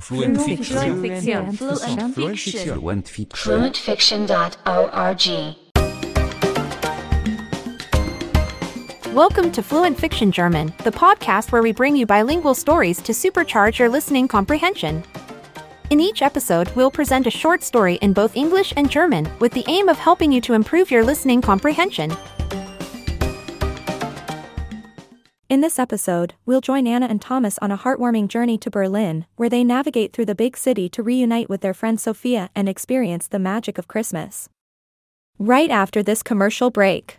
Fluent Fluent Fiction. Fiction. Fluent Fluent Fiction. Fiction. Fluent Fiction. Fluentfiction.org. Welcome to Fluent Fiction German, the podcast where we bring you bilingual stories to supercharge your listening comprehension. In each episode, we'll present a short story in both English and German with the aim of helping you to improve your listening comprehension. In this episode, we'll join Anna and Thomas on a heartwarming journey to Berlin, where they navigate through the big city to reunite with their friend Sophia and experience the magic of Christmas. Right after this commercial break.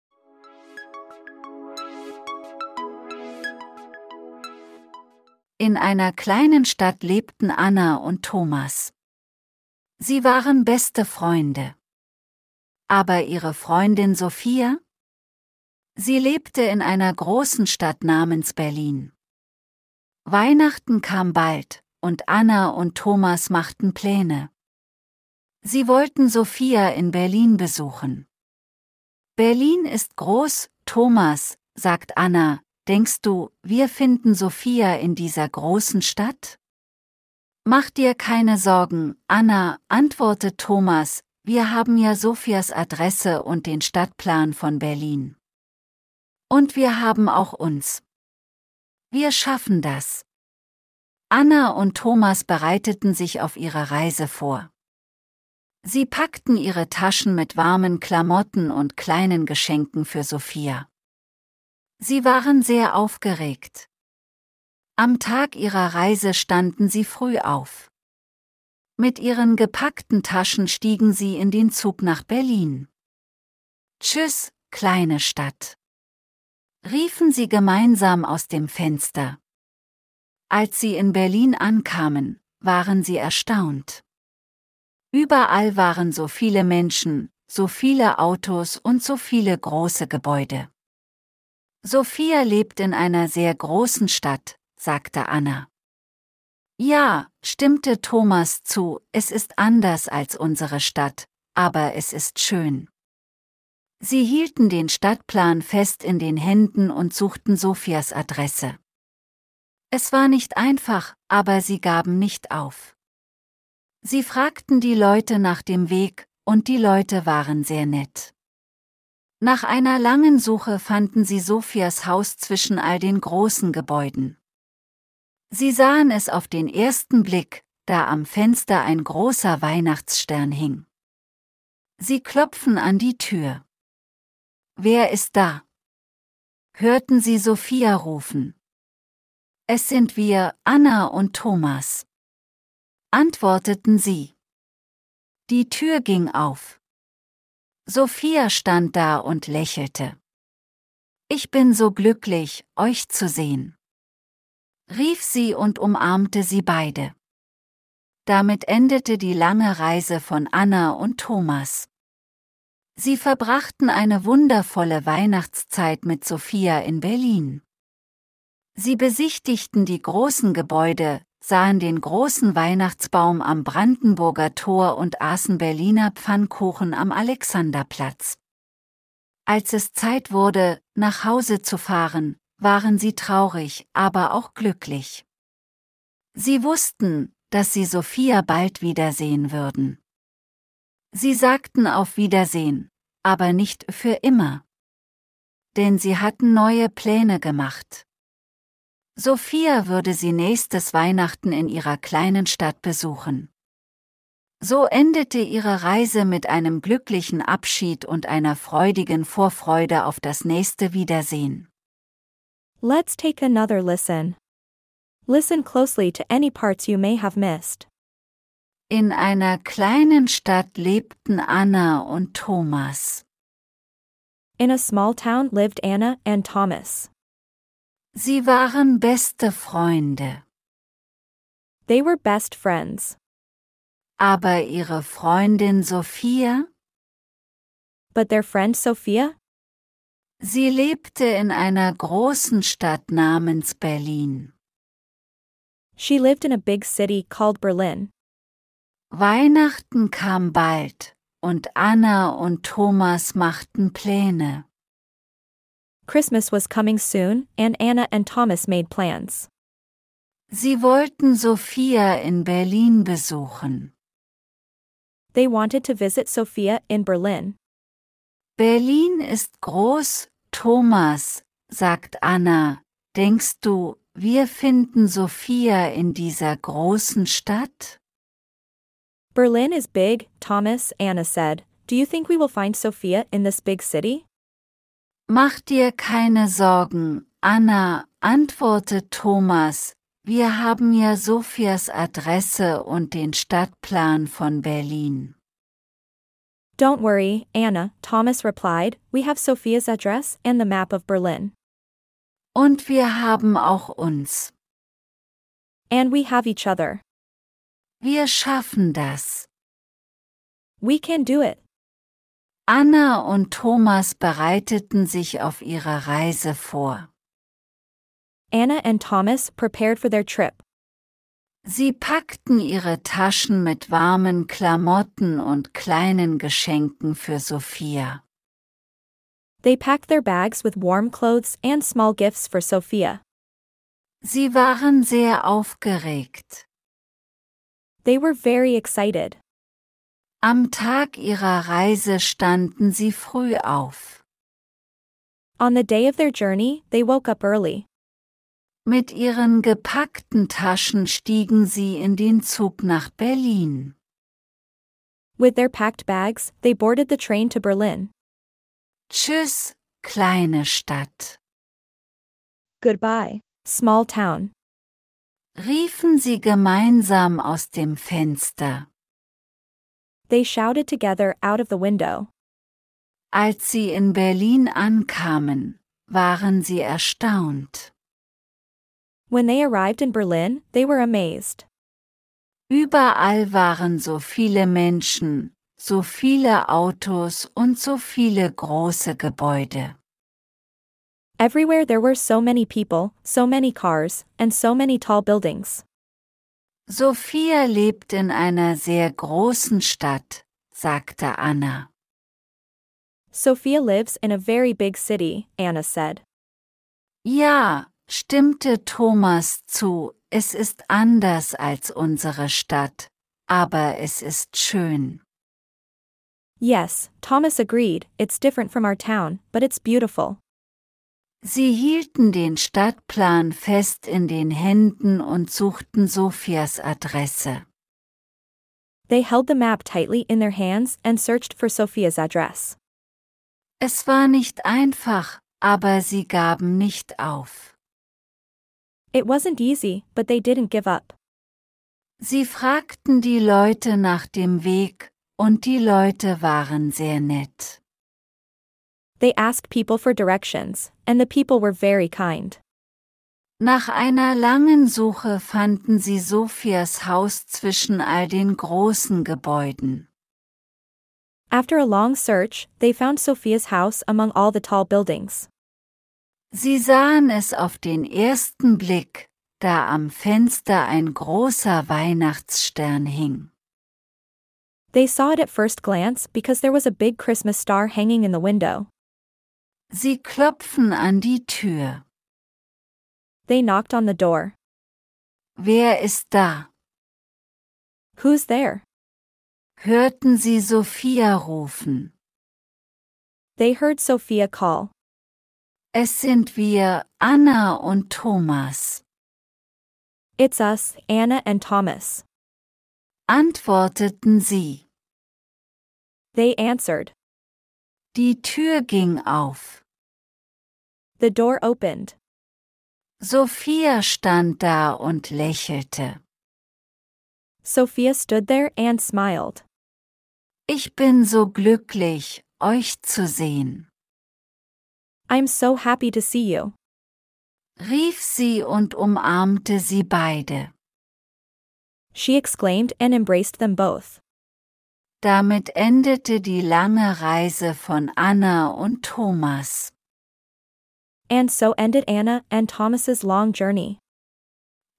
In einer kleinen Stadt lebten Anna und Thomas. Sie waren beste Freunde. Aber ihre Freundin Sophia? Sie lebte in einer großen Stadt namens Berlin. Weihnachten kam bald, und Anna und Thomas machten Pläne. Sie wollten Sophia in Berlin besuchen. Berlin ist groß, Thomas, sagt Anna, denkst du, wir finden Sophia in dieser großen Stadt? Mach dir keine Sorgen, Anna, antwortet Thomas, wir haben ja Sophias Adresse und den Stadtplan von Berlin. Und wir haben auch uns. Wir schaffen das. Anna und Thomas bereiteten sich auf ihre Reise vor. Sie packten ihre Taschen mit warmen Klamotten und kleinen Geschenken für Sophia. Sie waren sehr aufgeregt. Am Tag ihrer Reise standen sie früh auf. Mit ihren gepackten Taschen stiegen sie in den Zug nach Berlin. Tschüss, kleine Stadt. Riefen sie gemeinsam aus dem Fenster. Als sie in Berlin ankamen, waren sie erstaunt. Überall waren so viele Menschen, so viele Autos und so viele große Gebäude. Sophia lebt in einer sehr großen Stadt, sagte Anna. Ja, stimmte Thomas zu, es ist anders als unsere Stadt, aber es ist schön. Sie hielten den Stadtplan fest in den Händen und suchten Sophias Adresse. Es war nicht einfach, aber sie gaben nicht auf. Sie fragten die Leute nach dem Weg, und die Leute waren sehr nett. Nach einer langen Suche fanden sie Sophias Haus zwischen all den großen Gebäuden. Sie sahen es auf den ersten Blick, da am Fenster ein großer Weihnachtsstern hing. Sie klopfen an die Tür. Wer ist da? Hörten sie Sophia rufen. Es sind wir, Anna und Thomas antworteten sie. Die Tür ging auf. Sophia stand da und lächelte. Ich bin so glücklich, euch zu sehen. rief sie und umarmte sie beide. Damit endete die lange Reise von Anna und Thomas. Sie verbrachten eine wundervolle Weihnachtszeit mit Sophia in Berlin. Sie besichtigten die großen Gebäude, sahen den großen Weihnachtsbaum am Brandenburger Tor und aßen Berliner Pfannkuchen am Alexanderplatz. Als es Zeit wurde, nach Hause zu fahren, waren sie traurig, aber auch glücklich. Sie wussten, dass sie Sophia bald wiedersehen würden. Sie sagten auf Wiedersehen, aber nicht für immer. Denn sie hatten neue Pläne gemacht. Sophia würde sie nächstes Weihnachten in ihrer kleinen Stadt besuchen. So endete ihre Reise mit einem glücklichen Abschied und einer freudigen Vorfreude auf das nächste Wiedersehen. Let's take another listen. Listen closely to any parts you may have missed. In einer kleinen Stadt lebten Anna und Thomas. In a small town lived Anna and Thomas. Sie waren beste Freunde, They were best friends, aber ihre Freundin Sophia, but their friend Sophia, sie lebte in einer großen Stadt namens Berlin. she lived in a big city called Berlin. Weihnachten kam bald, und Anna und Thomas machten Pläne. Christmas was coming soon, and Anna and Thomas made plans. Sie wollten Sophia in Berlin besuchen. They wanted to visit Sophia in Berlin. Berlin ist groß, Thomas, sagt Anna. Denkst du, wir finden Sophia in dieser großen Stadt? Berlin is big, Thomas, Anna said. Do you think we will find Sophia in this big city? Mach dir keine Sorgen, Anna, antwortet Thomas. Wir haben ja Sophias Adresse und den Stadtplan von Berlin. Don't worry, Anna, Thomas replied. We have Sophia's address and the map of Berlin. Und wir haben auch uns. And we have each other. Wir schaffen das. We can do it. Anna und Thomas bereiteten sich auf ihre Reise vor. Anna and Thomas prepared for their trip. Sie packten ihre Taschen mit warmen Klamotten und kleinen Geschenken für Sophia. They packed their bags with warm clothes and small gifts for Sophia. Sie waren sehr aufgeregt. They were very excited. Am Tag ihrer Reise standen sie früh auf. On the day of their journey, they woke up early. Mit ihren gepackten Taschen stiegen sie in den Zug nach Berlin. With their packed bags, they boarded the train to Berlin. Tschüss, kleine Stadt, Goodbye. Small town. riefen sie gemeinsam aus dem Fenster. They shouted together out of the window. Als sie in Berlin ankamen, waren sie erstaunt. When they arrived in Berlin, they were amazed. Überall waren so viele Menschen, so viele Autos und so viele große Gebäude. Everywhere there were so many people, so many cars, and so many tall buildings. Sophia lebt in einer sehr großen Stadt, sagte Anna. Sophia lives in a very big city, Anna said. Ja, stimmte Thomas zu, es ist anders als unsere Stadt, aber es ist schön. Yes, Thomas agreed, it's different from our town, but it's beautiful. Sie hielten den Stadtplan fest in den Händen und suchten Sophias Adresse. They held the map tightly in their hands and searched for Sophia's address. Es war nicht einfach, aber sie gaben nicht auf. It wasn't easy, but they didn't give up. Sie fragten die Leute nach dem Weg, und die Leute waren sehr nett. They asked people for directions, and the people were very kind. Nach einer langen Suche fanden sie Sophias Haus zwischen all den großen Gebäuden. After a long search, they found Sophia's house among all the tall buildings. Sie sahen es auf den ersten Blick, da am Fenster ein großer Weihnachtsstern hing. They saw it at first glance because there was a big Christmas star hanging in the window. Sie klopfen an die Tür. They knocked on the door. Wer ist da? Who's there? hörten sie Sophia rufen. They heard Sophia call. Es sind wir, Anna und Thomas. It's us, Anna and Thomas. antworteten sie. They answered. Die Tür ging auf. The door opened. Sophia stand da und lächelte. Sophia stood there and smiled. Ich bin so glücklich, euch zu sehen, I'm so happy to see you, rief sie und umarmte sie beide. she exclaimed and embraced them both. Damit endete die lange Reise von Anna und Thomas. And so ended Anna and Thomas's long journey.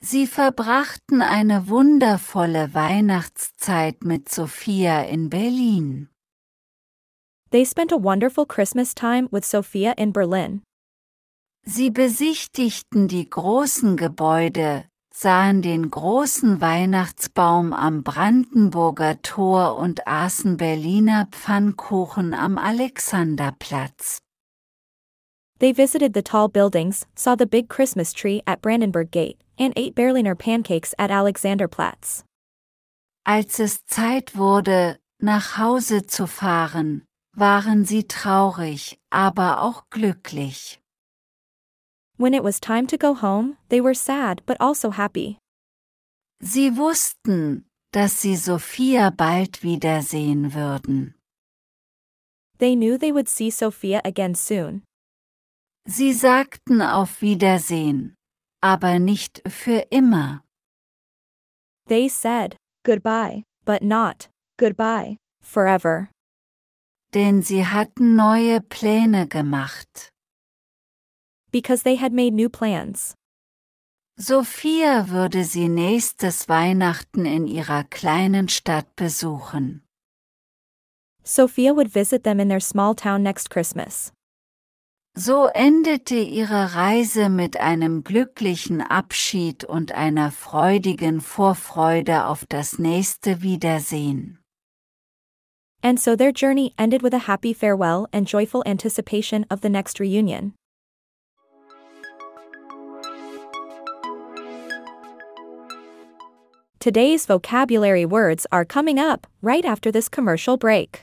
Sie verbrachten eine wundervolle Weihnachtszeit mit Sophia in Berlin. They spent a wonderful Christmas time with Sophia in Berlin. Sie besichtigten die großen Gebäude, sahen den großen Weihnachtsbaum am Brandenburger Tor und aßen Berliner Pfannkuchen am Alexanderplatz. They visited the tall buildings, saw the big Christmas tree at Brandenburg Gate, and ate Berliner pancakes at Alexanderplatz. Als es Zeit wurde, nach Hause zu fahren, waren sie traurig, aber auch glücklich. When it was time to go home, they were sad but also happy. Sie wussten, dass sie Sophia bald wiedersehen würden. They knew they would see Sophia again soon. Sie sagten auf Wiedersehen, aber nicht für immer. They said, Goodbye, but not, Goodbye, forever. denn sie hatten neue Pläne gemacht. Because they had made new plans. Sophia würde sie nächstes Weihnachten in ihrer kleinen Stadt besuchen. Sophia would visit them in their small town next Christmas. So endete ihre Reise mit einem glücklichen Abschied und einer freudigen Vorfreude auf das nächste Wiedersehen. And so their journey ended with a happy farewell and joyful anticipation of the next reunion. Today's vocabulary words are coming up right after this commercial break.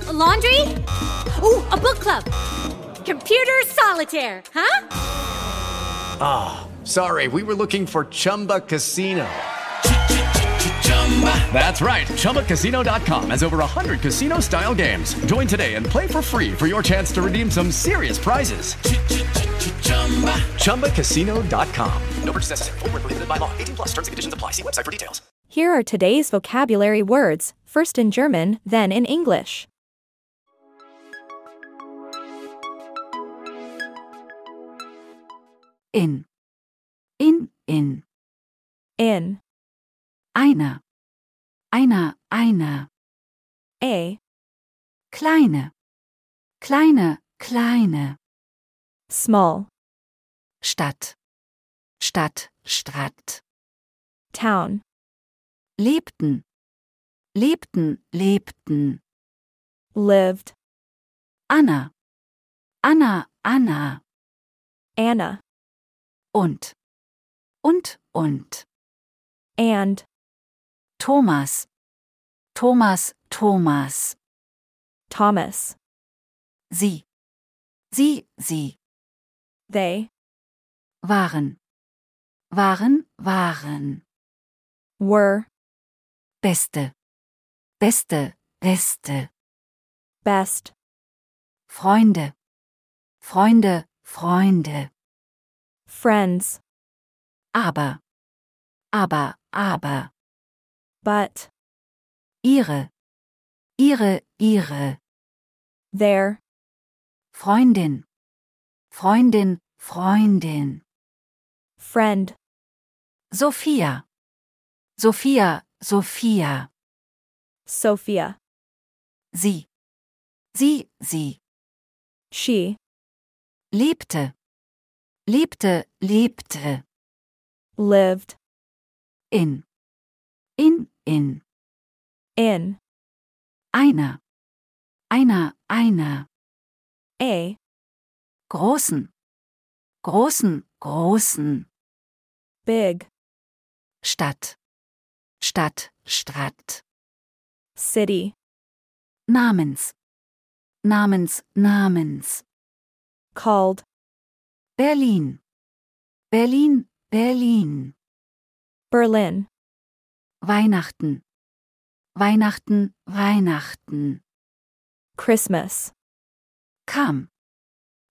laundry? Ooh, a book club. Computer solitaire, huh? Sorry, we were looking for Chumba Casino. That's right. ChumbaCasino.com has over 100 casino style games. Join today and play for free for your chance to redeem some serious prizes. ChumbaCasino.com. No purchase necessary. Void were prohibited by law. 18 plus. Terms and conditions apply. See website for details. Here are today's vocabulary words, first in German, then in English. In. In, in. In, Einer. Einer, einer. a, Kleine. Kleine, kleine. small, Stadt. Stadt, Stadt. town, lebten, lebten, lebten. lived, Anna, Anna, Anna Anna, und, und, und. and, Thomas, Thomas, Thomas. Thomas. Sie, sie, sie They, waren, waren, waren. were, Beste, beste, beste. best, Freunde, Freunde, Freunde. friends, Aber, aber, aber. but, ihre, ihre, ihre their, Freundin, Freundin, Freundin. Friend. Sophia. Sophia, Sophia. Sophia. Sie. Sie, sie. She. Lebte. Lebte, lebte. Lived. In. In, in. In. Einer. Einer, einer. A. Großen. Großen, großen. Big. Stadt. Stadt, Stadt. City. Namens. Namens, Namens. Called. Berlin. Berlin, Berlin. Berlin. Weihnachten. Weihnachten, Weihnachten. Christmas. Kam.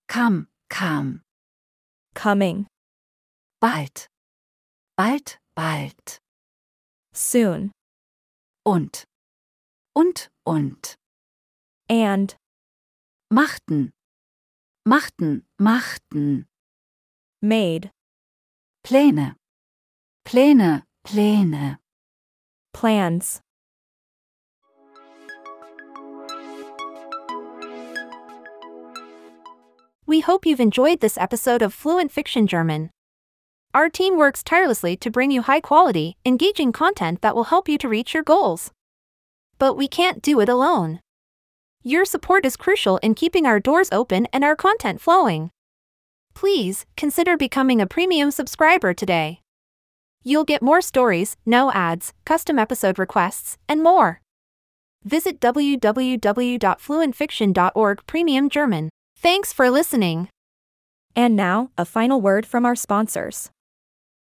Kam, kam. Coming. Bald. Bald, bald. Soon. Und. Und, und. And. Machten. Machten, machten. Made. Pläne. Pläne, Pläne. Plans. We hope you've enjoyed this episode of Fluent Fiction German. Our team works tirelessly to bring you high quality, engaging content that will help you to reach your goals. But we can't do it alone. Your support is crucial in keeping our doors open and our content flowing. Please consider becoming a premium subscriber today. You'll get more stories, no ads, custom episode requests, and more. Visit www.fluentfiction.org premium German. Thanks for listening. And now, a final word from our sponsors.